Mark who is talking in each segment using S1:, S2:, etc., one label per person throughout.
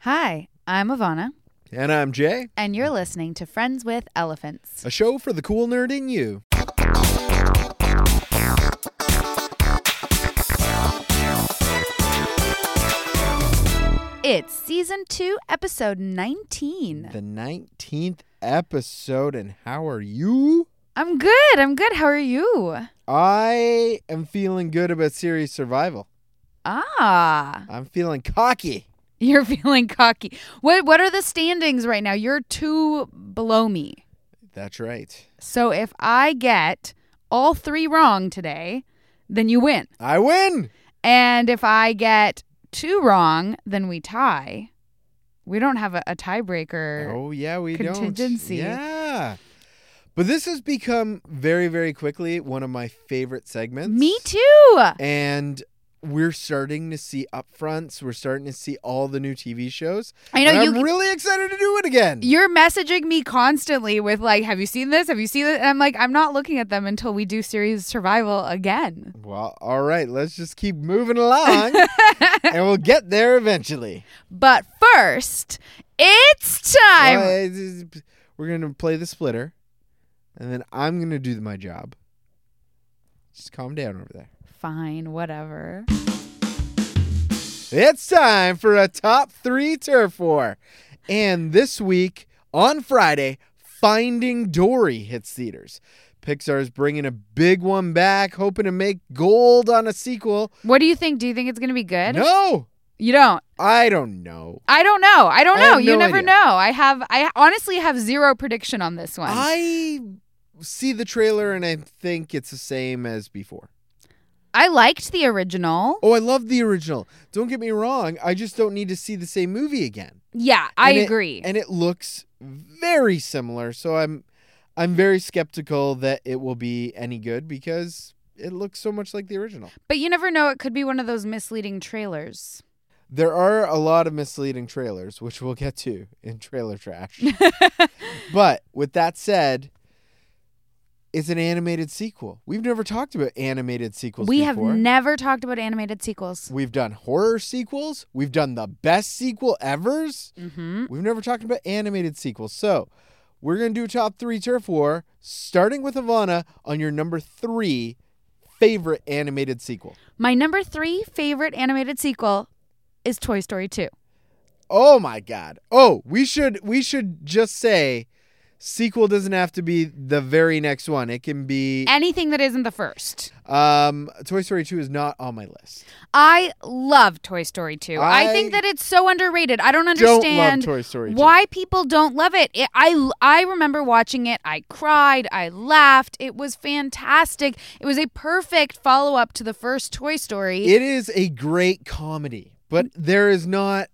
S1: Hi, I'm Ivana,
S2: And I'm Jay,
S1: and you're listening to Friends with Elephants.
S2: a show for the cool nerd in you.
S1: It's season two, episode 19.
S2: The 19th episode, and how are you?
S1: I'm good. I'm good. How are you?
S2: I am feeling good about series survival.
S1: Ah,
S2: I'm feeling cocky.
S1: you're feeling cocky. What What are the standings right now? You're two below me.
S2: That's right.
S1: So if I get all three wrong today, then you win.
S2: I win.
S1: And if I get two wrong, then we tie. We don't have a, a tiebreaker.
S2: Oh, yeah, we
S1: Contingency.
S2: don't. Yeah. But this has become very, very quickly one of my favorite segments.
S1: Me too.
S2: And we're starting to see upfronts. We're starting to see all the new TV shows.
S1: I know
S2: and
S1: you
S2: I'm really excited to do it again.
S1: you're messaging me constantly with like, "Have you seen this? Have you seen this?" And I'm like, "I'm not looking at them until we do series survival again."
S2: Well, all right, let's just keep moving along and we'll get there eventually.
S1: But first, it's time.
S2: Well, it's- it's- we're going to play the splitter and then I'm going to do my job. Just calm down over there.
S1: Fine, whatever.
S2: It's time for a top three turf war. And this week on Friday, Finding Dory hits theaters. Pixar's bringing a big one back, hoping to make gold on a sequel.
S1: What do you think? Do you think it's gonna be good?
S2: No,
S1: You don't.
S2: I don't know.
S1: I don't know. I don't
S2: I
S1: know.
S2: have
S1: you
S2: no
S1: never
S2: idea.
S1: know. I have. I honestly have zero prediction on this one.
S2: I see the trailer and I think it's the same as before.
S1: I liked the original.
S2: Oh, I love the original. Don't get me wrong. I just don't need to see the same movie again.
S1: Yeah, I
S2: And it-
S1: agree.
S2: And it looks very similar, so I'm I'm very skeptical that it will be any good because it looks so much like the original.
S1: but you never know. It could be one of those misleading trailers.
S2: There are a lot of misleading trailers, which we'll get to in trailer trash. but with that said, it's an animated sequel. We've never talked about animated sequels
S1: we
S2: before.
S1: have never talked about animated sequels.
S2: We've done horror sequels. We've done the best sequel ever's.
S1: Mm-hmm.
S2: We've never talked about animated sequels. So we're going to do top three turf war, starting with Ivana on your number three favorite animated sequel.
S1: My number three favorite animated sequel is Toy Story 2.
S2: Oh my God. Oh, we should we should just say sequel doesn't have to be the very next one. It can be
S1: Anything that isn't the first.
S2: um Toy Story 2 is not on my list.
S1: I love Toy Story 2. I,
S2: I
S1: think that it's so underrated. I don't
S2: Don't love
S1: understand
S2: Toy Story 2.
S1: why people don't love it. it I, I remember watching it. I cried. I laughed. It was fantastic. It was a perfect follow up to the first Toy Story.
S2: It is a great comedy, but
S1: Mm-hmm.
S2: there is not.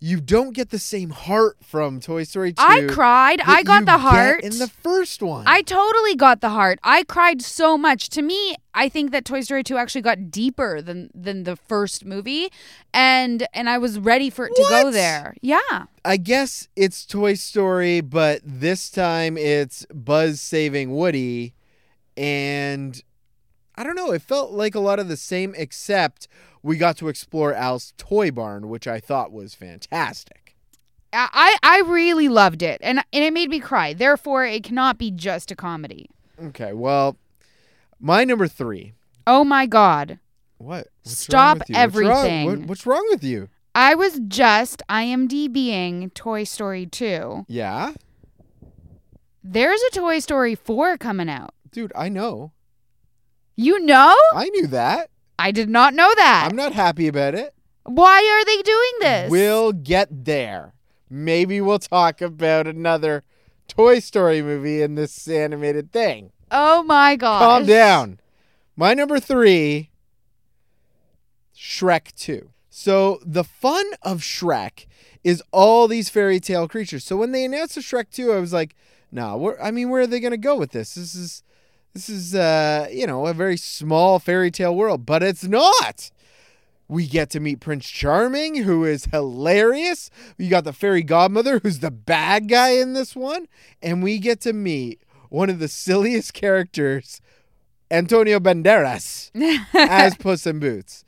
S2: You don't get the same heart from Toy Story 2.
S1: I cried.
S2: that
S1: I got
S2: you
S1: the
S2: get
S1: heart.
S2: in the first one.
S1: I totally got the heart. I cried so much. To me, I think that Toy Story 2 actually got deeper than than the first movie and and I was ready for it to go
S2: What?
S1: there. Yeah.
S2: I guess it's Toy Story, but this time it's Buzz saving Woody, and I don't know. It felt like a lot of the same, except we got to explore Al's toy barn, which I thought was fantastic.
S1: I I I really loved it and and it made me cry. Therefore, it cannot be just a comedy.
S2: Okay, well, my number three.
S1: Oh my god.
S2: What? What's
S1: Stop
S2: wrong with you? What's wrong-
S1: everything.
S2: what- what's wrong with you?
S1: I was just IMDBing Toy Story 2.
S2: Yeah.
S1: There's a Toy Story 4 coming out.
S2: Dude, I know.
S1: You know?
S2: I knew that.
S1: I did not know that.
S2: I'm not happy about it.
S1: Why are they doing this?
S2: We'll get there. Maybe we'll talk about another Toy Story movie in this animated thing.
S1: Oh my god.
S2: Calm down. My number three Shrek 2. So, the fun of Shrek is all these fairy tale creatures. So, when they announced the Shrek 2, I was like, nah, where, I mean, where are they going to go with this? This is. This is, uh, you know, a very small fairy tale world, but it's not. We get to meet Prince Charming, who is hilarious. You got the fairy godmother, who's the bad guy in this one. And we get to meet one of the silliest characters, Antonio Banderas, as Puss in Boots.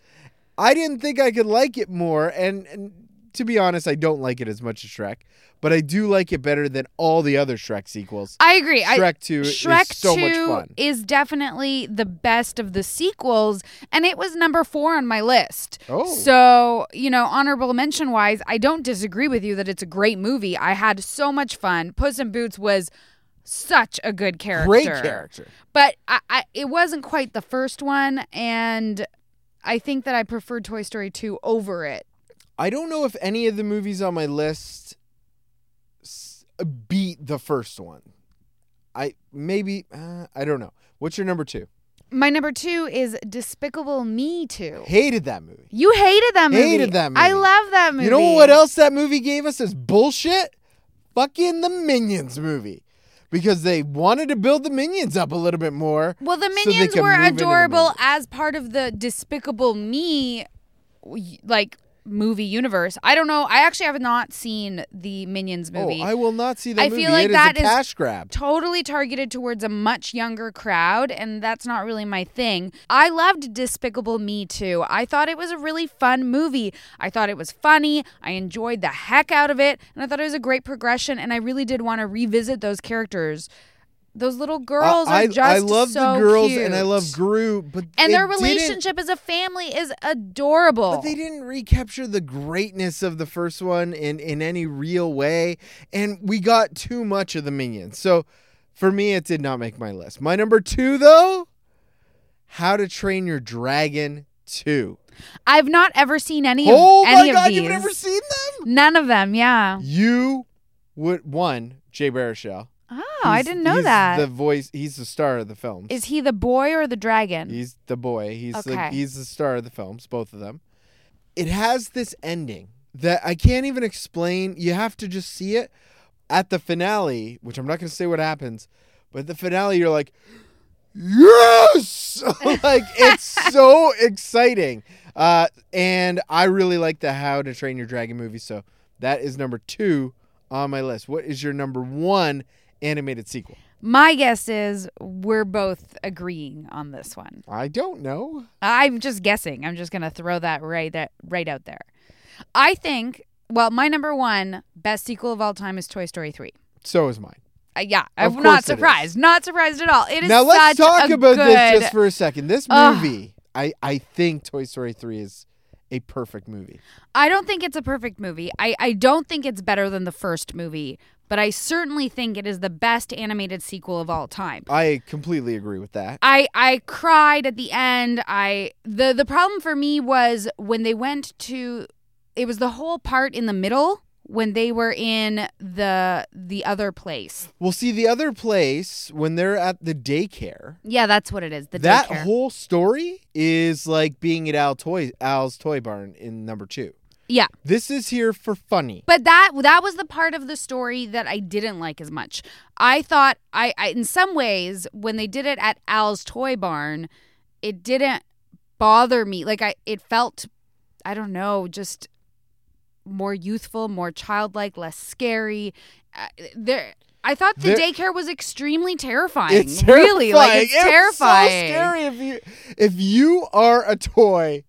S2: I didn't think I could like it more. And, and to be honest, I don't like it as much as Shrek, but I do like it better than all the other Shrek sequels.
S1: I agree. I,
S2: Shrek 2
S1: Shrek
S2: is so
S1: 2
S2: much fun.
S1: is definitely the best of the sequels, and it was number four on my list.
S2: Oh.
S1: So, you know, honorable mention wise, I don't disagree with you that it's a great movie. I had so much fun. Puss in Boots was such a good character.
S2: Great character.
S1: But I, I, it wasn't quite the first one, and I think that I preferred Toy Story 2 over it.
S2: I don't know if any of the movies on my list s- beat the first one. I maybe uh, I don't know. What's your number two?
S1: My number two is Despicable Me 2.
S2: Hated that movie.
S1: You hated that movie.
S2: Hated that
S1: I
S2: movie.
S1: love that movie.
S2: You know what else that movie gave us is bullshit? Fucking the Minions movie. Because they wanted to build the Minions up a little bit more.
S1: Well, the
S2: so they
S1: minions
S2: could
S1: were
S2: move into the
S1: adorable
S2: movie.
S1: as part of the Despicable Me, w- like movie universe. I don't know. I actually have not seen the Minions movie.
S2: Oh, I will not see that
S1: I
S2: movie.
S1: feel like
S2: It is
S1: that
S2: a
S1: is-
S2: cash grab.
S1: totally targeted towards a much younger crowd, and that's not really my thing. I loved Despicable Me too. I thought it was a really fun movie. I thought it was funny. I enjoyed the heck out of it, and I thought it was a great progression. And I really did want to revisit those characters. Those little girls
S2: I,
S1: are
S2: I-
S1: just
S2: I love
S1: so
S2: the girls
S1: cute.
S2: and I love Gru, but
S1: and their
S2: it didn't-
S1: relationship as a family is adorable.
S2: But they didn't recapture the greatness of the first one in in any real way, and we got too much of the minions. So, for me, it did not make my list. My number two, though, How to Train Your Dragon Two.
S1: I've not ever seen any of
S2: Oh
S1: any
S2: my
S1: of
S2: god,
S1: these.
S2: you've never seen them?
S1: None of them. Yeah.
S2: You would one Jay Baruchel.
S1: Oh, I
S2: He's-
S1: didn't know
S2: he's
S1: that.
S2: The
S1: Is
S2: voice. He's the star of the films.
S1: he the boy or the dragon?
S2: He's the boy. He's the
S1: Okay.
S2: he's the star of the films, both of them. It has this ending that I can't even explain. You have to just see it at the finale, which I'm not going to say what happens, but at the finale you're like yes! like it's so exciting. Uh and I really like the How to Train Your Dragon movie, so that is number 2 on my list. What is your number 1 animated sequel?
S1: My guess is we're both agreeing on this one.
S2: I don't know.
S1: I'm just guessing. I'm just gonna throw that right that right out there. I think. Well, my number one best sequel of all time is Toy Story three.
S2: So is mine.
S1: Uh, yeah,
S2: Of
S1: I'm not
S2: course it is.
S1: surprised. Not surprised at all. It is
S2: now
S1: such
S2: let's talk
S1: a
S2: about
S1: good-
S2: this just for a second. This
S1: Ugh.
S2: movie, I I think Toy Story three is a perfect movie.
S1: I don't think it's a perfect movie. I, I don't think it's better than the first movie, but I certainly think it is the best animated sequel of all time.
S2: I completely agree with that.
S1: I, I cried at the end. I the the problem for me was when they went to it was the whole part in the middle when they were in the the other place.
S2: Well, see the other place when they're at the daycare.
S1: Yeah, that's what it is. The
S2: that
S1: daycare.
S2: whole story is like being at Al Toy Al's Toy Barn in number two.
S1: Yeah.
S2: This is here for funny.
S1: But that that was the part of the story that I didn't like as much. I thought I, I in some ways when they did it at Al's toy barn, it didn't bother me. Like I it felt I don't know, just more youthful, more childlike, less scary. Uh, there I thought the
S2: There-
S1: daycare was extremely terrifying.
S2: It's terrifying.
S1: really like it's, terrifying.
S2: so scary if you if you are a toy.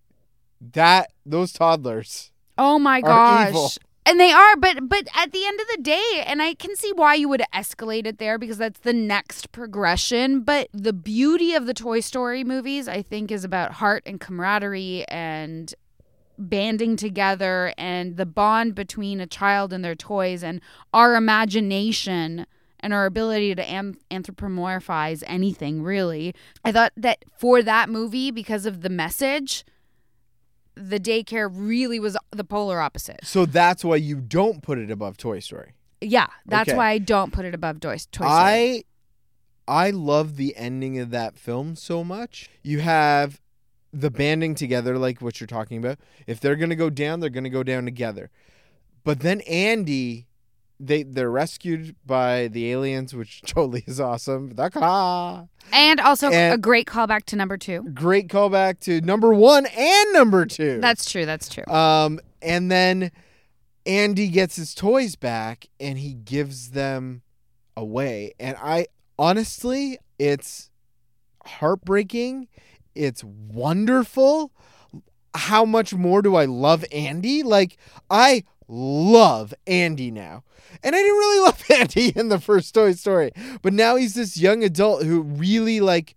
S2: That those toddlers.
S1: Oh my
S2: are
S1: gosh.
S2: evil.
S1: And they are, but but at the end of the day, and I can see why you would escalate it there because that's the next progression. But the beauty of the Toy Story movies, I think, is about heart and camaraderie and banding together and the bond between a child and their toys and our imagination and our ability to am- anthropomorphize anything really. I thought that for that movie, because of the message, the daycare really was the polar opposite.
S2: So that's why you don't put it above Toy Story.
S1: Yeah, that's
S2: Okay.
S1: why I don't put it above Toy, Toy Story.
S2: I I love the ending of that film so much. You have the banding together, like what you're talking about. If they're gonna go down, they're gonna go down together. But then Andy, they they're rescued by the aliens, which totally is awesome. Daka.
S1: and also
S2: and-
S1: a great callback to number two.
S2: Great callback to number one and number two.
S1: That's true. That's true.
S2: Um, and then Andy gets his toys back and he gives them away. And I honestly, it's heartbreaking. It's wonderful. How much more do I love Andy? Like, I love Andy now. And I didn't really love Andy in the first Toy Story, but now he's this young adult who really like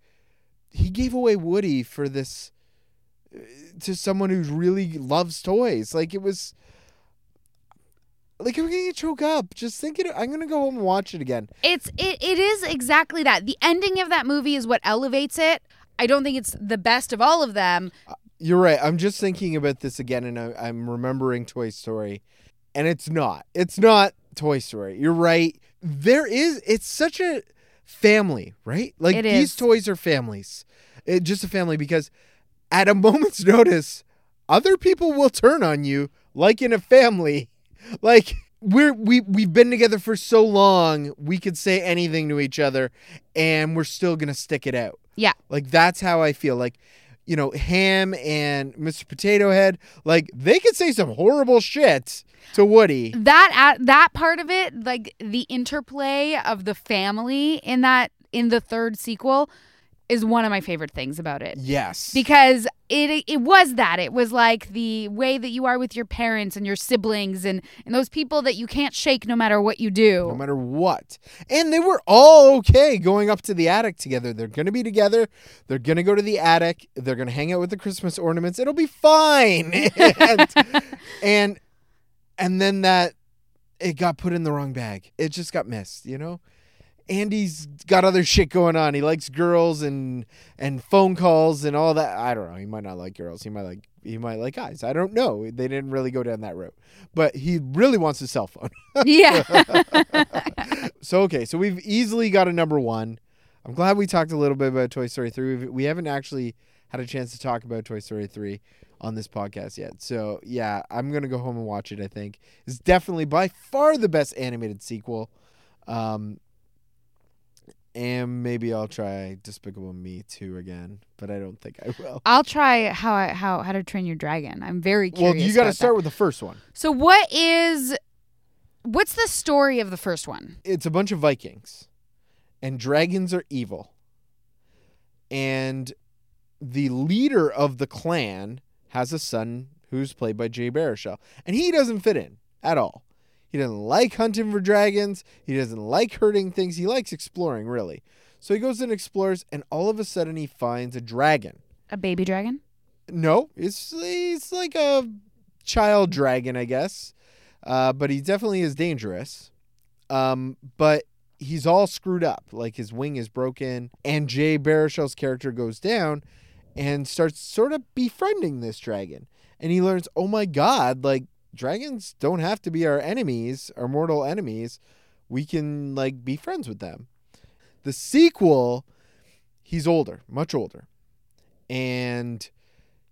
S2: he gave away Woody for this uh, to someone who really loves toys. Like it was like I'm gonna get choked up just thinking. I'm gonna go home and watch it again.
S1: It's it, it is exactly that. The ending of that movie is what elevates it. I don't think it's the best of all of them.
S2: You're right. I'm just thinking about this again, and I, I'm remembering Toy Story, and it's not. It's not Toy Story. You're right. There is. It's such a family, right? Like
S1: It
S2: these
S1: is.
S2: toys are families. It, just a family because at a moment's notice, other people will turn on you, like in a family. Like we're we we've been together for so long, we could say anything to each other, and we're still gonna stick it out.
S1: Yeah.
S2: Like that's how I feel. Like, you know, Ham and Mr. Potato Head, like they could say some horrible shit to
S1: Mm.
S2: Woody.
S1: That at that part of it, like the interplay of the family in that in the third sequel is one of my favorite things about it.
S2: Yes.
S1: because it it was that it was like the way that you are with your parents and your siblings and and those people that you can't shake no matter what you do.
S2: no matter what. And they were all okay going up to the attic together. They're going to be together. They're going to go to the attic. They're going to hang out with the Christmas ornaments. It'll be fine. and, and and then that it got put in the wrong bag. It just got missed, you know? Andy's got other shit going on. He likes girls and and phone calls and all that. I don't know. He might not like girls. He might like he might like guys. I don't know. They didn't really go down that route. But he really wants his cell phone.
S1: yeah.
S2: So okay, so we've easily got a number one. I'm glad we talked a little bit about Toy Story three. We've, we haven't actually had a chance to talk about Toy Story three on this podcast yet. So yeah, I'm gonna go home and watch it. I think it's definitely by far the best animated sequel. Um, and maybe I'll try Despicable Me two again, but I don't think I will.
S1: I'll try how I, how how to train your dragon. I'm very
S2: Well,
S1: curious.
S2: you got to
S1: about
S2: start with the first one.
S1: that. So what is what's the story of the first one?
S2: it's a bunch of Vikings, and dragons are evil. And the leader of the clan has a son who's played by Jay Baruchel, and he doesn't fit in at all. He doesn't like hunting for dragons. He doesn't like hurting things. He likes exploring, really. So he goes and explores, and all of a sudden he finds a dragon.
S1: A baby dragon?
S2: No, it's it's like a child dragon, I guess. Uh, but he definitely is dangerous. Um, but he's all screwed up. Like his wing is broken, and Jay Baruchel's character goes down and starts sort of befriending this dragon. And he learns, oh my god, like dragons don't have to be our enemies, our mortal enemies. We can like be friends with them. The sequel, he's older, much older. And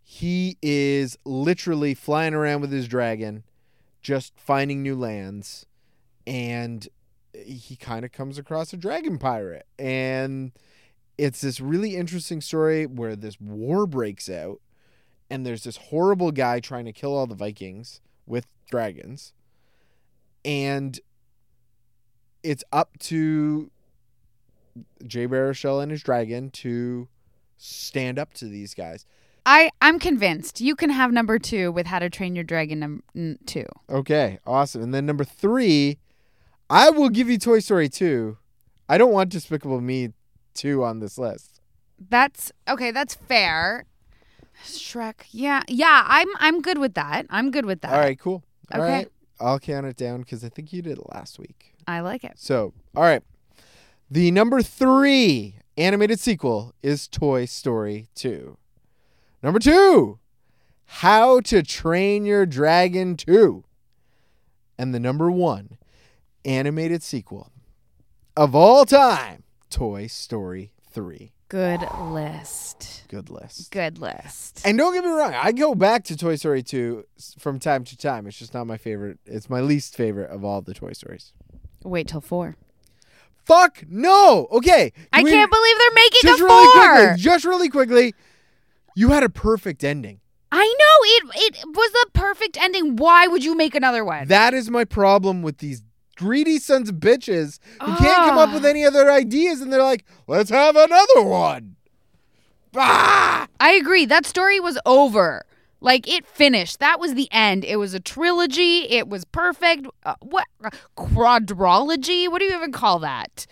S2: he is literally flying around with his dragon, just finding new lands, and he kind of comes across a dragon pirate. And it's this really interesting story where this war breaks out, and there's this horrible guy trying to kill all the Vikings with dragons. And it's up to Jay Baruchel and his dragon to stand up to these guys.
S1: I I'm convinced you can have number 2 with how to train your dragon num- n- 2.
S2: Okay, awesome. And then number three, I will give you Toy Story 2. I don't want Despicable Me 2 on this list.
S1: That's okay, that's fair. Shrek. Yeah. Yeah, I'm I'm good with that. I'm good with that.
S2: All right, cool. All
S1: Okay.
S2: right, I'll count it down because I think you did it last week.
S1: I like it.
S2: So, all right. The number three animated sequel is Toy Story 2. Number two, How to Train Your Dragon 2. And the number one animated sequel of all time, Toy Story 3.
S1: Good list.
S2: Good list.
S1: Good list.
S2: And don't get me wrong, I go back to Toy Story 2 s- from time to time. It's just not my favorite. It's my least favorite of all the Toy Stories.
S1: Wait till four.
S2: Fuck no! Okay. can
S1: I
S2: we-
S1: can't believe they're making
S2: just
S1: a
S2: really
S1: four.
S2: quickly, just really quickly, you had a perfect ending.
S1: I know it. It was the perfect ending. Why would you make another one?
S2: That is my problem with these greedy sons of bitches who can't come up
S1: Ah.
S2: with any other ideas, and they're like, "Let's have another one." Ah!
S1: I agree. That story was over. Like it finished. That was the end. It was a trilogy. It was perfect. Uh, what quadrology? What do you even call that?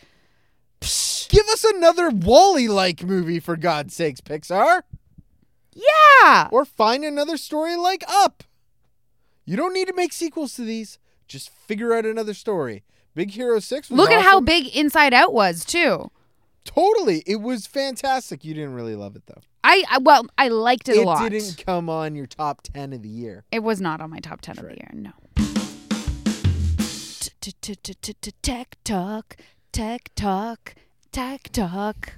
S1: Psh.
S2: Give us another Wally like movie for God's sakes, Pixar.
S1: Yeah.
S2: Or find another story like Up. You don't need to make sequels to these. Just figure out another story. Big Hero 6 was
S1: Look at how
S2: awesome.
S1: big Inside Out was too.
S2: Totally. It was fantastic. You didn't really love it though.
S1: I, I well, I liked it, a lot.
S2: didn't come on your top 10 of the year.
S1: It was not on my top 10 of the
S2: right.
S1: year. No. Tech talk, tech talk, tech talk.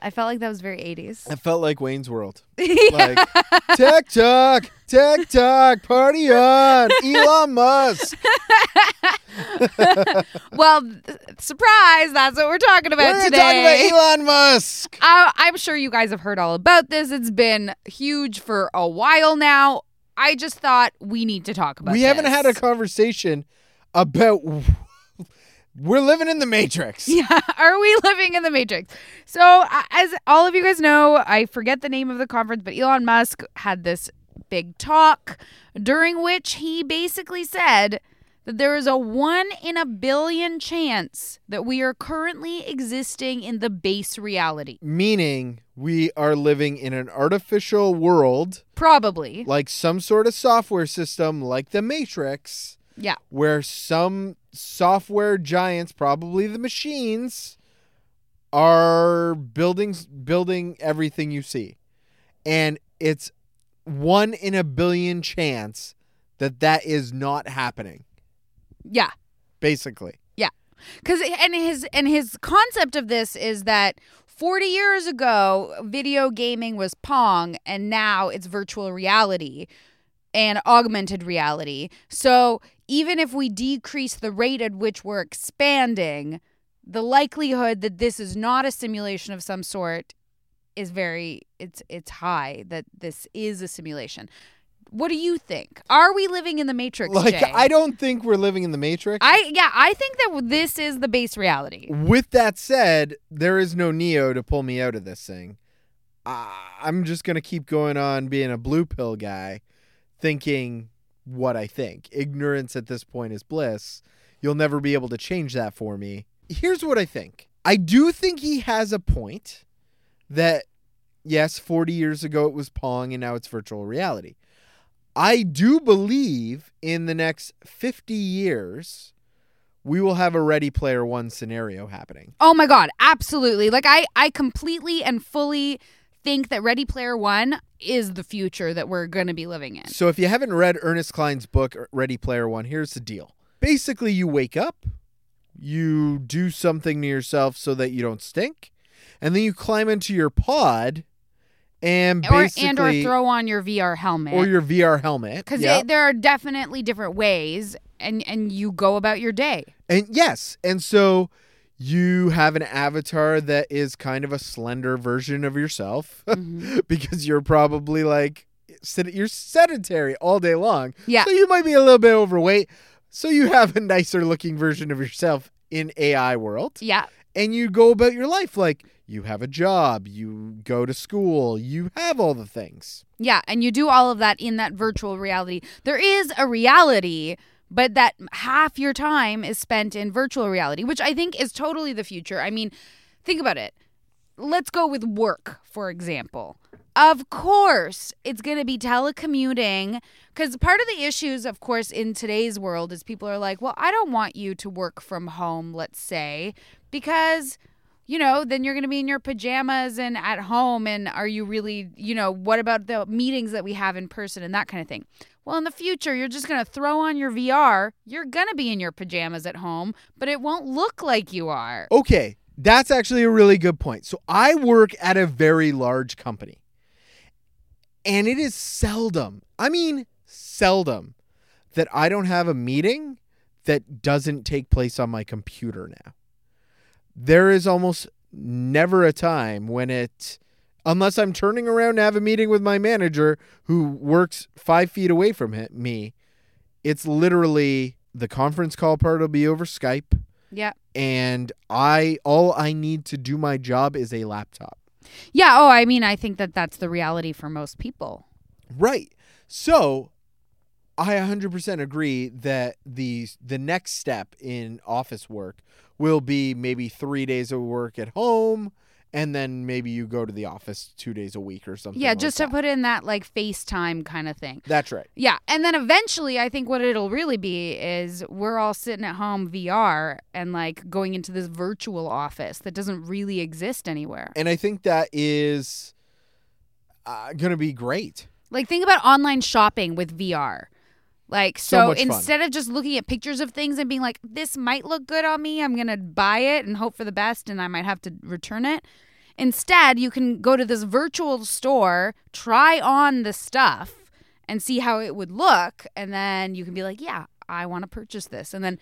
S1: I felt like that was very 80s.
S2: I felt like Wayne's World. Like tech talk, tech talk, party on, Elon Musk.
S1: well, th- surprise, that's what we're talking about
S2: We're
S1: today.
S2: talking about Elon Musk.
S1: Uh, I'm sure you guys have heard all about this. It's been huge for a while now. I just thought we need to talk about
S2: we haven't
S1: this.
S2: had a conversation about. We're living in the Matrix.
S1: Yeah, are we living in the matrix? So, a- as all of you guys know, I forget the name of the conference, but Elon Musk had this big talk during which he basically said that there is a one in a billion chance that we are currently existing in the base reality.
S2: Meaning, we are living in an artificial world,
S1: Probably.
S2: like some sort of software system, like the Matrix.
S1: Yeah.
S2: where some software giants, probably the machines, are building building everything you see, and it's one in a billion chance that that is not happening.
S1: Yeah.
S2: Basically,
S1: Cuz and his and his concept of this is that 40 years ago video gaming was pong and now it's virtual reality and augmented reality. So even if we decrease the rate at which we're expanding, the likelihood that this is not a simulation of some sort is very it's it's high that this is a simulation. What do you think? Are we living in the matrix?
S2: like
S1: Jay?
S2: I don't think we're living in the Matrix.
S1: I yeah, I think that this is the base reality.
S2: With that said, there is no Neo to pull me out of this thing. I, I'm just going to keep going on being a blue pill guy, thinking what I think. Ignorance at this point is bliss. You'll never be able to change that for me. Here's what I think I do think he has a point that, yes, 40 years ago it was Pong and now it's virtual reality. I do believe in the next 50 years we will have a Ready Player One scenario happening.
S1: Oh my god, absolutely. Like I I completely and fully think that Ready Player 1 is the future that we're going to be living in.
S2: So if you haven't read Ernest Klein's book Er, Ready Player One, here's the deal. Basically, you wake up, you do something to yourself so that you don't stink, and then you climb into your pod and
S1: Or
S2: basically
S1: and or throw on your VR helmet.
S2: or your VR helmet.
S1: because
S2: Yep.
S1: there are definitely different ways and and you go about your day
S2: And yes, and so you have an avatar that is kind of a slender version of yourself
S1: Mm-hmm.
S2: because you're probably like sed- you're sedentary all day long.
S1: Yeah.
S2: So you might be a little bit overweight. So you have a nicer looking version of yourself in AI world
S1: yeah
S2: and you go about your life like you have a job, you go to school, you have all the things.
S1: yeah and you do all of that in that virtual reality there is a reality but that half your time is spent in virtual reality which i think is totally the future i mean think about it let's go with work for example of course it's going to be telecommuting because part of the issues of course in today's world is people are like well i don't want you to work from home let's say because you know then you're going to be in your pajamas and at home and are you really you know what about the meetings that we have in person and that kind of thing well in the future you're just going to throw on your vr you're going to be in your pajamas at home but it won't look like you are
S2: Okay, that's actually a really good point. So I work at a very large company. And it is seldom, I mean, seldom that I don't have a meeting that doesn't take place on my computer now. There is almost never a time when it, unless I'm turning around to have a meeting with my manager who works five feet away from hi- me, it's literally the conference call part will be over Skype
S1: yeah
S2: and I all I need to do my job is a laptop.
S1: Yeah. Oh, I mean, I think that that's the reality for most people.
S2: Right. So I 100% agree that the the next step in office work will be maybe 3 days of work at home and then maybe you go to the office 2 days a week or something.
S1: Yeah,
S2: like
S1: just to
S2: that.
S1: put in that like FaceTime kind of thing.
S2: That's right.
S1: Yeah, and then eventually I think what it'll really be is we're all sitting at home VR and like going into this virtual office that doesn't really exist anywhere.
S2: And I think that is uh, going to be great.
S1: Like think about online shopping with VR. Like
S2: So
S1: so,
S2: much fun.
S1: instead of just looking at pictures of things and being like this might look good on me, I'm going to buy it and hope for the best and I might have to return it. Instead, you can go to this virtual store, try on the stuff and see how it would look and then you can be like, yeah, I want to purchase this. And then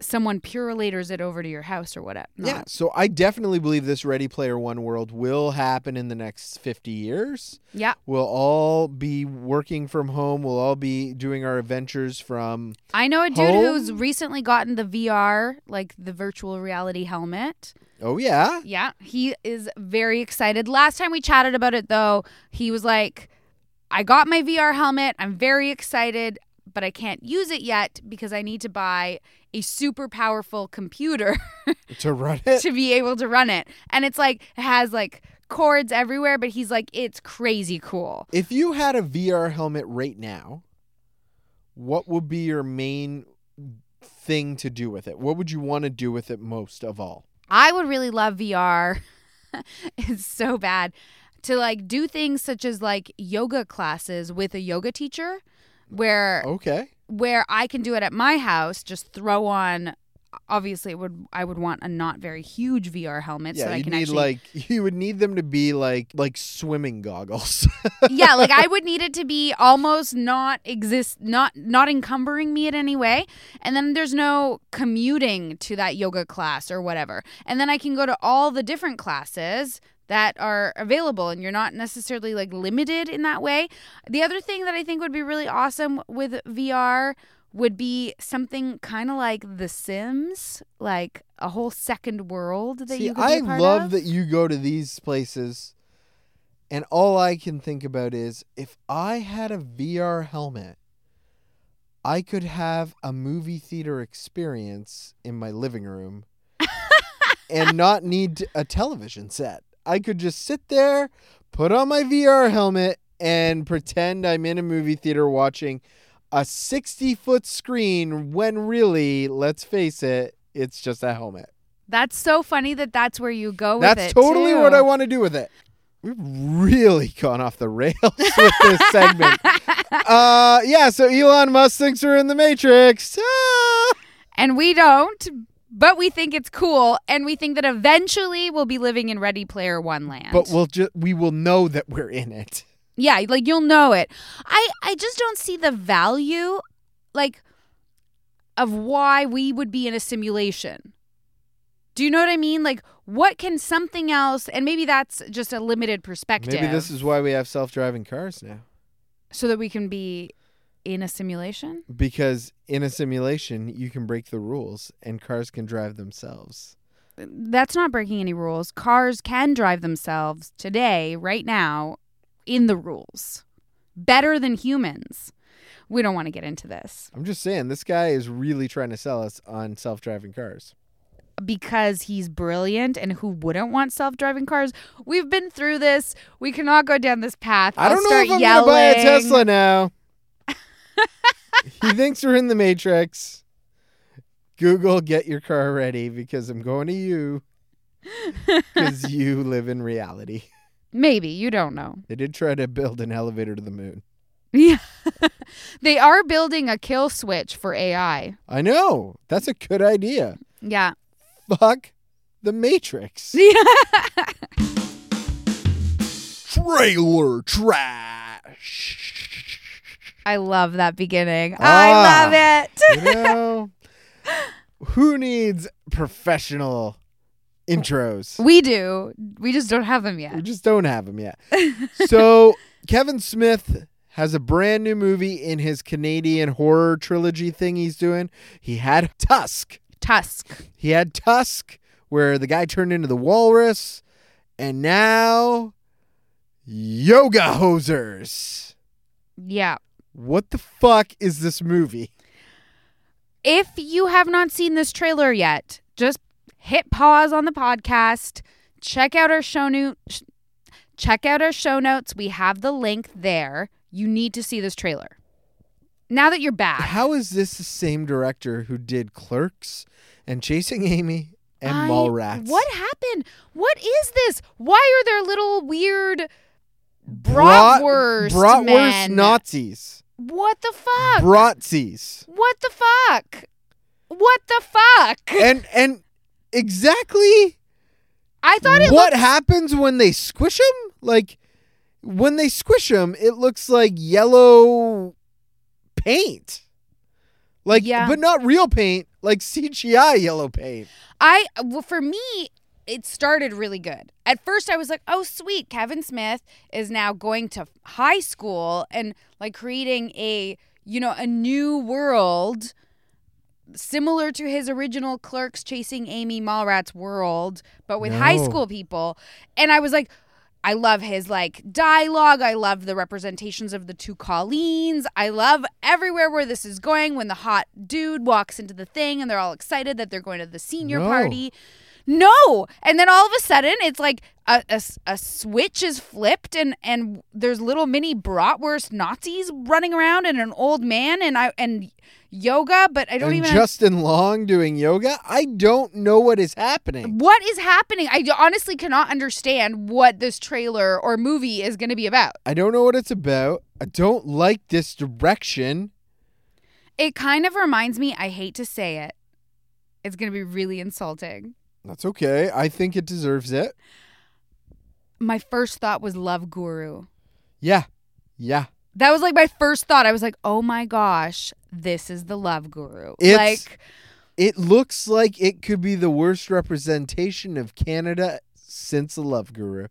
S1: someone purilators it over to your house or whatever.
S2: Yeah, so I definitely believe this Ready Player One world will happen in the next 50 years.
S1: Yeah.
S2: We'll all be working from home. We'll all be doing our adventures from.
S1: I know a dude
S2: Home?
S1: who's recently gotten the VR, like the virtual reality helmet.
S2: Oh, yeah.
S1: Yeah, he is very excited. Last time we chatted about it, though, he was like, I got my VR helmet. I'm very excited, but I can't use it yet because I need to buy a super powerful computer
S2: To run it.
S1: to be able to run it. And it's like, it has like cords everywhere, but he's like, it's crazy cool.
S2: If you had a VR helmet right now, what would be your main thing to do with it? What would you want to do with it most of all?
S1: I would really love VR. it's so bad to like do things such as like yoga classes with a yoga teacher where
S2: Okay.
S1: where I can do it at my house, just throw on obviously it would I would want a not very huge VR helmet so
S2: yeah,
S1: that I
S2: you
S1: can
S2: need
S1: actually
S2: like you would need them to be like like swimming goggles.
S1: Yeah, like I would need it to be almost not exist not not encumbering me in any way. And then there's no commuting to that yoga class or whatever. And then I can go to all the different classes that are available and you're not necessarily like limited in that way. The other thing that I think would be really awesome with VR would be something kind of like The Sims, like a whole second world that
S2: See,
S1: you could be
S2: I
S1: a part
S2: love
S1: of.
S2: that you go to these places, and all I can think about is if I had a VR helmet, I could have a movie theater experience in my living room and not need a television set. I could just sit there, put on my VR helmet, and pretend I'm in a movie theater watching a 60 foot screen when really, let's face it, it's just a helmet.
S1: That's so funny that that's where you go with
S2: That's
S1: it.
S2: totally
S1: too.
S2: what I want to do with it. We've really gone off the rails with this segment. uh, yeah, so Elon Musk thinks we're in the Matrix. Ah!
S1: and we don't, but we think it's cool, and we think that eventually we'll be living in Ready Player One land.
S2: But we'll ju- we will know that we're in it.
S1: yeah, like you'll know it. I I just don't see the value, like, of why we would be in a simulation. Do you know what I mean? Like, what can something else? And maybe that's just a limited perspective.
S2: Maybe this is why we have self-driving cars now.
S1: so that we can be in a simulation.
S2: Because in a simulation, you can break the rules and cars can drive themselves.
S1: That's not breaking any rules. Cars can drive themselves today, right now, in the rules. Better than humans. We don't want to get into this
S2: I'm just saying this guy is really trying to sell us on self-driving cars.
S1: because he's brilliant and who wouldn't want self driving cars? We've been through this. We cannot go down this path.
S2: I
S1: I'll
S2: don't know
S1: start
S2: if I'm
S1: yelling.
S2: gonna buy a Tesla now. he thinks we're in the Matrix. Google, get your car ready because I'm going to you. Because you live in reality.
S1: Maybe. You don't know.
S2: They did try to build an elevator to the moon.
S1: Yeah. they are building a kill switch for AI.
S2: I know. That's a good idea.
S1: Yeah.
S2: Fuck the Matrix. Trailer trash.
S1: I love that beginning.
S2: Ah.
S1: I love it.
S2: you know, who needs professional intros?
S1: We do. We just don't have them
S2: We
S1: yet.
S2: just don't have him yet. so Kevin Smith has a brand new movie in his Canadian horror trilogy thing he's doing. He had Tusk.
S1: Tusk.
S2: He had Tusk, where the guy turned into the walrus, and now Yoga Hosers.
S1: Yeah.
S2: What the fuck is this movie?
S1: If you have not seen this trailer yet, just hit pause on the podcast, check out our show note, sh- check out our show notes. We have the link there. You need to see this trailer. Now that you're back.
S2: How is this the same director who did Clerks and Chasing Amy and
S1: I-
S2: Mallrats?
S1: What happened? What is this? Why are there little weird
S2: Brat-
S1: bratwurst
S2: bratwurst
S1: men?
S2: Nazis,
S1: What the fuck?
S2: bratzies,
S1: what the fuck? What the fuck?
S2: and and exactly
S1: I thought it
S2: what
S1: looked
S2: happens when they squish them? Like when they squish them, it looks like yellow paint, like
S1: Yeah.
S2: but not real paint, like CGI yellow paint.
S1: I well, for me it started really good. At first I was like, "Oh sweet, Kevin Smith is now going to high school and like creating a, you know, a new world similar to his original Clerks chasing Amy Mallrats world, but with high
S2: No.
S1: school people." And I was like, I love his like dialogue. I love the representations of the two Colleens. I love everywhere where this is going when the hot dude walks into the thing and they're all excited that they're going to the senior
S2: No.
S1: party. No. And then all of a sudden it's like a, a s- a switch is flipped and and there's little mini bratwurst Nazis running around and an old man and I and yoga, but I don't
S2: and
S1: even
S2: Justin Long doing yoga. I don't know what is happening.
S1: what is happening? I honestly cannot understand what this trailer or movie is going to be about.
S2: I don't know what it's about. I don't like this direction.
S1: It kind of reminds me, I hate to say it. It's going to be really insulting.
S2: That's okay. I think it deserves it.
S1: My first thought was Love Guru.
S2: Yeah. Yeah.
S1: That was like my first thought. I was like, "Oh my gosh, this is the Love Guru."
S2: It's-
S1: like
S2: It looks like it could be the worst representation of Canada since the Love Guru.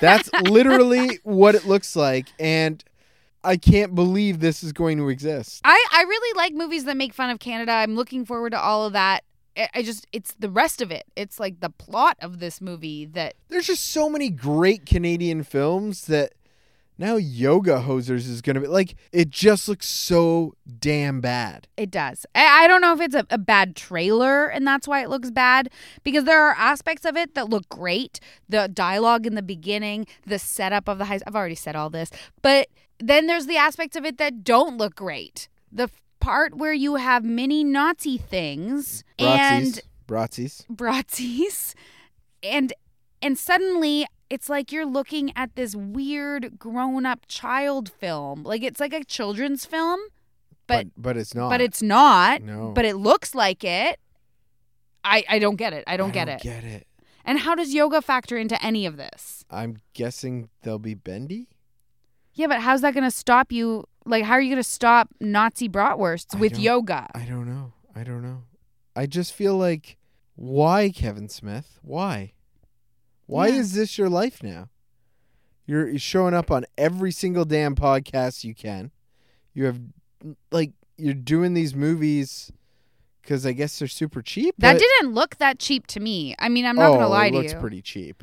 S2: That's literally what it looks like. And I can't believe this is going to exist.
S1: I I really like movies that make fun of Canada. I'm looking forward to all of that. I- I just it's the rest of it. It's like the plot of this movie that
S2: There's just so many great Canadian films that now Yoga Hosers is going to be like, it just looks so damn bad.
S1: It does. I, I don't know if it's a, a bad trailer and that's why it looks bad because there are aspects of it that look great. The dialogue in the beginning, the setup of the heist. I've already said all this, but then there's the aspects of it that don't look great. The f- part where you have mini Nazi things
S2: Bratzies. Bratzies.
S1: and Bratzies, and and suddenly it's like you're looking at this weird grown-up child film. Like it's like a children's film,
S2: But,
S1: but-
S2: but, it's not.
S1: but it's not
S2: No.
S1: but it looks like it. I I don't get it. I don't, get it.
S2: Get it.
S1: and how does yoga factor into any of this?
S2: I'm guessing they'll be bendy.
S1: Yeah, but how's that going to stop you? Like, how are you going to stop Nazi bratwursts
S2: I
S1: with
S2: don't-
S1: yoga?
S2: I don't know. I don't know. I just feel like, why Kevin Smith? Why? Why
S1: Yeah.
S2: is this your life now? You're you're showing up on every single damn podcast you can. You have, like, you're doing these movies because I guess they're super cheap.
S1: that
S2: but-
S1: didn't look that cheap to me. I mean, I'm not going
S2: Oh,
S1: to lie
S2: it
S1: to
S2: looks
S1: you.
S2: pretty cheap.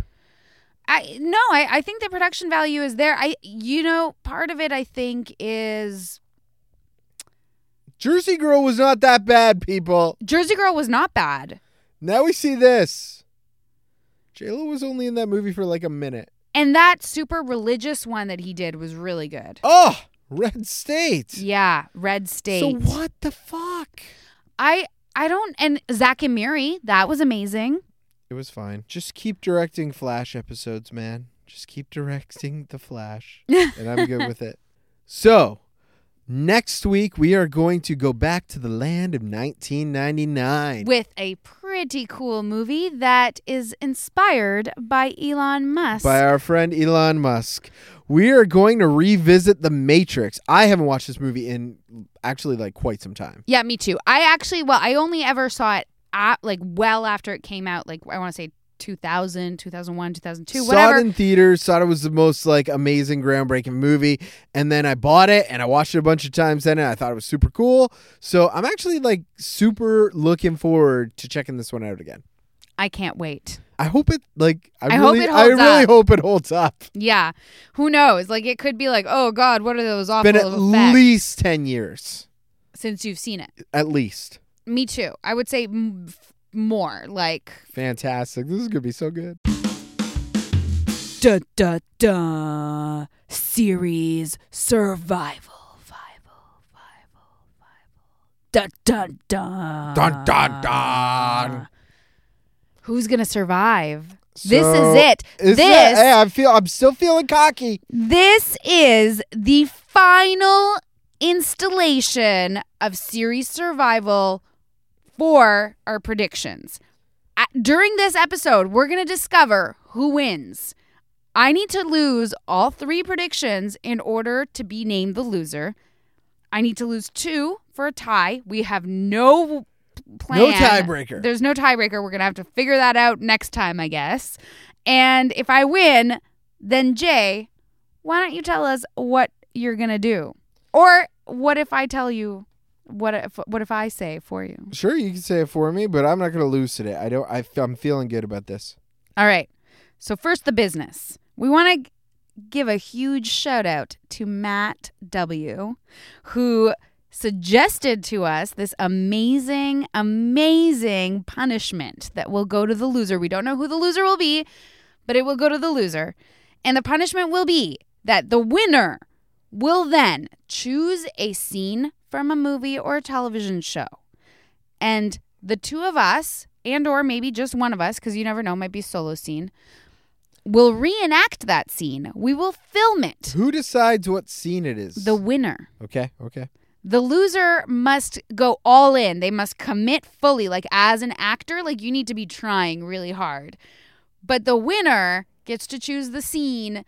S1: I no, I, I think the production value is there. I you know, part of it I think is
S2: Jersey Girl was not that bad, people.
S1: Jersey Girl was not bad.
S2: Now we see this. J Lo was only in that movie for like a minute.
S1: And that super religious one that he did was really good.
S2: Oh, Red State.
S1: Yeah, Red State.
S2: So what the fuck?
S1: I I don't and Zach and Miri, that was amazing.
S2: It was fine. Just keep directing Flash episodes, man. Just keep directing the Flash, and I'm good with it. So, next week we are going to go back to the land of 1999.
S1: With a pretty cool movie that is inspired by Elon Musk.
S2: by our friend Elon Musk. We are going to revisit The Matrix. I haven't watched this movie in actually like quite some time.
S1: yeah, me too. I actually well, I only ever saw it at, like well after it came out, like I want to say 2000, 2001, 2002,
S2: Saw
S1: whatever.
S2: it in theaters. Thought it was the most like amazing, groundbreaking movie, and then I bought it and I watched it a bunch of times. Then and I thought it was super cool. So I'm actually like super looking forward to checking this one out again.
S1: I can't wait.
S2: I hope it like I,
S1: I hope
S2: really
S1: it
S2: I
S1: holds
S2: really
S1: up.
S2: hope it holds up.
S1: Yeah. Who knows? Like it could be like, oh God, what are those awful
S2: Been at
S1: effects
S2: least ten years.
S1: since you've seen it?
S2: At least.
S1: Me too. I would say m- f- more. Like
S2: Fantastic. This is gonna be so good.
S1: da da da series survival. Vival, vival, vival. Da dun dun
S2: Dun, dun, dun.
S1: Who's gonna survive? this is
S2: So,
S1: it.
S2: Is
S1: this
S2: that- hey, I feel I'm still feeling cocky.
S1: This is the final installation of series survival for our predictions. A- During this episode, we're going to discover who wins. I need to lose all three predictions in order to be named the loser. I need to lose two for a tie. We have no p- plan.
S2: No tiebreaker.
S1: There's no tiebreaker. We're going to have to figure that out next time, I guess. And if I win, then Jay, why don't you tell us what you're going to do? Or what if I tell you what if what if I say for you?
S2: Sure, you can say it for me, but I'm not gonna lose today. I don't. I, am feeling good about this.
S1: All right. So first the business. We want to give a huge shout out to Matt W who suggested to us this amazing amazing punishment that will go to the loser. We don't know who the loser will be, but it will go to the loser. And the punishment will be that the winner will then choose a scene from a movie or a television show. And the two of us, and or maybe just one of us, because you never know, might be a solo scene, will reenact that scene. We will film it.
S2: Who decides what scene it is?
S1: The winner.
S2: okay, okay.
S1: The loser must go all in. They must commit fully. Like as an actor, like you need to be trying really hard. But the winner gets to choose the scene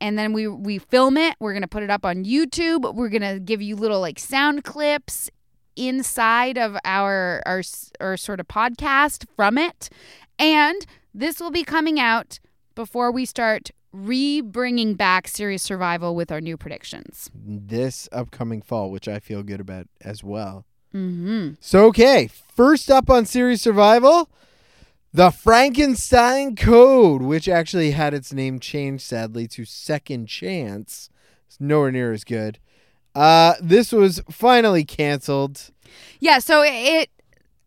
S1: and then we we film it. We're going to put it up on YouTube. We're going to give you little like sound clips inside of our our s- our sort of podcast from it. And this will be coming out before we start re-bringing back serious survival with our new predictions.
S2: This upcoming fall, which I feel good about as well.
S1: Mhm.
S2: So okay, first up on series survival, the Frankenstein Code, which actually had its name changed sadly to Second Chance. It's nowhere near as good. Uh, this was finally canceled.
S1: Yeah, so it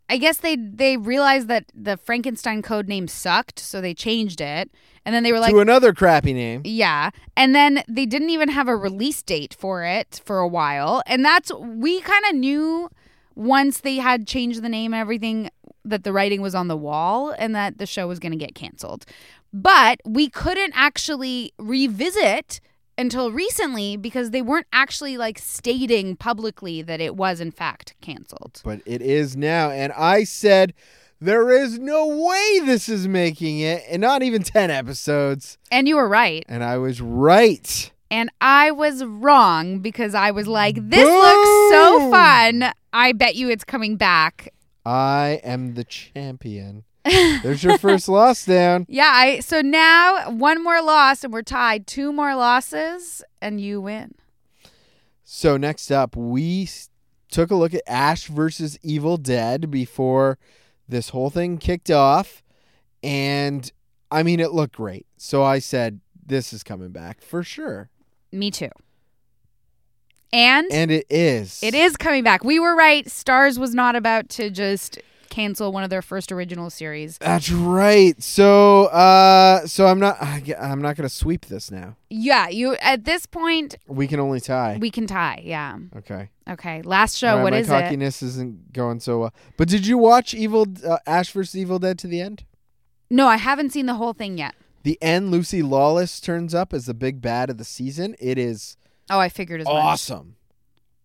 S1: I guess they they realized that the Frankenstein code name sucked, so they changed it. And then they were like
S2: to another crappy name.
S1: yeah. And then they didn't even have a release date for it for a while. And that's we kind of knew once they had changed the name and everything that the writing was on the wall and that the show was going to get canceled. But we couldn't actually revisit until recently because they weren't actually like stating publicly that it was in fact canceled.
S2: But it is now. And I said, there is no way this is making it, and not even 10 episodes.
S1: And you were right.
S2: And I was right.
S1: And I was wrong because I was like, this
S2: Boom!
S1: looks so fun. I bet you it's coming back.
S2: I am the champion. There's your first loss down.
S1: Yeah, I so now one more loss and we're tied. Two more losses and you win.
S2: So, next up, we s- took a look at Ash versus Evil Dead before this whole thing kicked off. And I mean, it looked great. So I said, this is coming back for sure.
S1: Me too. And,
S2: And it is.
S1: it is coming back. We were right. Stars was not about to just cancel one of their first original series.
S2: That's right. So, uh, so I'm not. I g- I'm not gonna sweep this now.
S1: Yeah, you at this point
S2: We can only tie.
S1: we can tie. Yeah.
S2: okay.
S1: Okay. Last show,
S2: All right,
S1: what
S2: my
S1: is it?
S2: cockiness is isn't going so well. But did you watch Evil uh, Ash versus Evil Dead to the end?
S1: No, I haven't seen the whole thing yet.
S2: The end. Lucy Lawless turns up as the big bad of the season. It is
S1: Oh, I figured as much.
S2: awesome.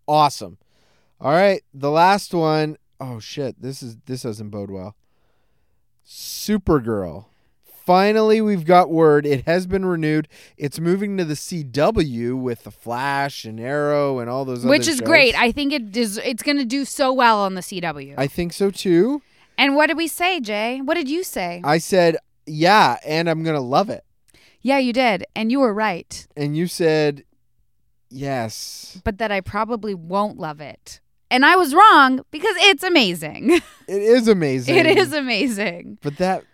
S2: Awesome. All right. The last one. Oh shit. This is this doesn't bode well. Supergirl. Finally, we've got word. It has been renewed. It's moving to the CW with the Flash and Arrow and all those.
S1: Which
S2: other
S1: is
S2: shows.
S1: great. I think it is. It's going to do so well on the CW.
S2: I think so too.
S1: and what did we say, Jay? What did you say?
S2: I said yeah, and I'm gonna love it.
S1: yeah, you did, and you were right.
S2: And you said yes.
S1: But that I probably won't love it, And I was wrong because it's amazing.
S2: It is amazing.
S1: it is amazing.
S2: But that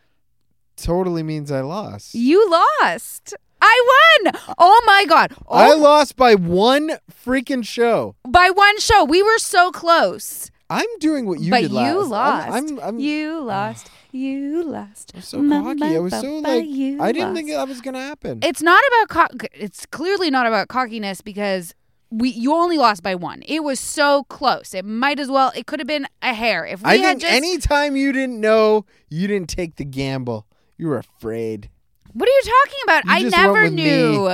S2: totally means I lost.
S1: You lost. I won. Oh my god. Oh,
S2: I lost by one freaking show.
S1: by one show. We were so close.
S2: I'm doing what you
S1: but
S2: did
S1: you
S2: last.
S1: lost.
S2: I'm, I'm, I'm
S1: you lost. you lost.
S2: I'm so
S1: Ma,
S2: cocky. I was
S1: ma,
S2: so
S1: ba, ba,
S2: like
S1: you
S2: I didn't
S1: lost.
S2: think that was gonna happen.
S1: It's not about cock. It's clearly not about cockiness because we you only lost by one. It was so close. It might as well. It could have been a hair. If we
S2: I
S1: had
S2: think
S1: just.
S2: anytime you didn't know, you didn't take the gamble. You were afraid.
S1: what are you talking about?
S2: You
S1: I
S2: just went
S1: never
S2: with me.
S1: knew.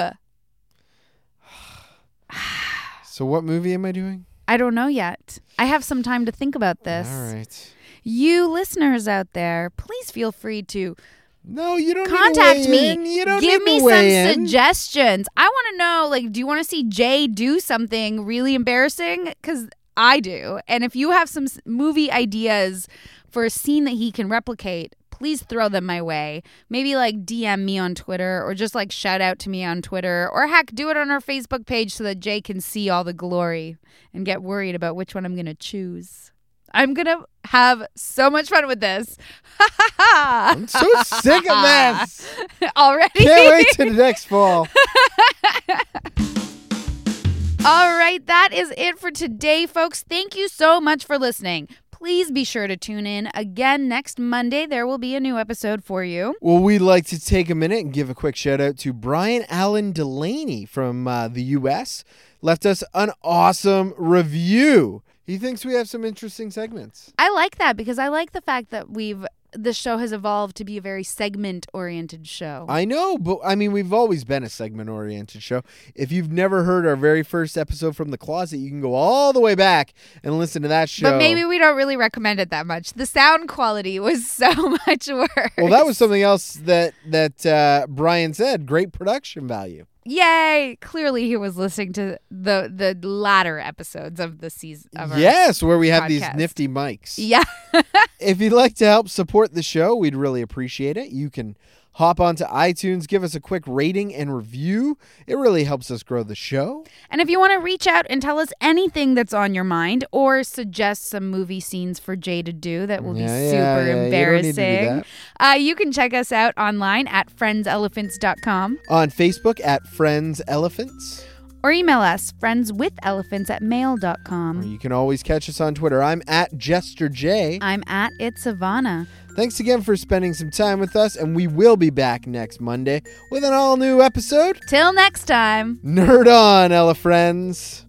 S2: So what movie am I doing?
S1: I don't know yet. I have some time to think about this.
S2: All right.
S1: You listeners out there, please feel free to
S2: No, you don't need to
S1: contact
S2: weigh
S1: me.
S2: in. You don't
S1: Give me
S2: need to
S1: some
S2: weigh in.
S1: suggestions. I want to know like do you want to see Jay do something really embarrassing cuz I do. And if you have some s- movie ideas for a scene that he can replicate, please throw them my way. Maybe like DM me on Twitter or just like shout out to me on Twitter or heck do it on our Facebook page so that Jay can see all the glory and get worried about which one I'm going to choose. I'm going to have so much fun with this.
S2: I'm so sick of this.
S1: Already?
S2: Can't wait to the next fall.
S1: All right, that is it for today, folks. Thank you so much for listening. Please be sure to tune in again next Monday. There will be a new episode for you.
S2: Well, we'd like to take a minute and give a quick shout out to Brian Allen Delaney from uh, the U.S. Left us an awesome review. He thinks we have some interesting segments.
S1: I like that because I like the fact that we've the show has evolved to be a very segment oriented show.
S2: I know, but I mean, we've always been a segment oriented show. If you've never heard our very first episode from the closet, you can go all the way back and listen to that show.
S1: but maybe we don't really recommend it that much. The sound quality was so much worse.
S2: Well, that was something else that that uh, Brian said. Great production value.
S1: Yay! Clearly he was listening to the the latter episodes of the season of our
S2: Yes, where we have these
S1: podcast.
S2: nifty mics.
S1: Yeah.
S2: If you'd like to help support the show, we'd really appreciate it. You can hop onto iTunes, give us a quick rating and review. It really helps us grow the show.
S1: And if you want to reach out and tell us anything that's on your mind or suggest some movie scenes for Jay to do that will be
S2: Yeah,
S1: super
S2: yeah, yeah, you don't need to do
S1: embarrassing, uh, you can check us out online at friendselephants.com
S2: On Facebook at Friends Elephants,
S1: or email us friendswithelephants at
S2: or
S1: mail.com.
S2: you can always catch us on Twitter. I'm at Jester J.
S1: I'm at It's Savannah.
S2: Thanks again for spending some time with us, and we will be back next Monday with an all new episode.
S1: Till next time.
S2: Nerd on, Ella friends.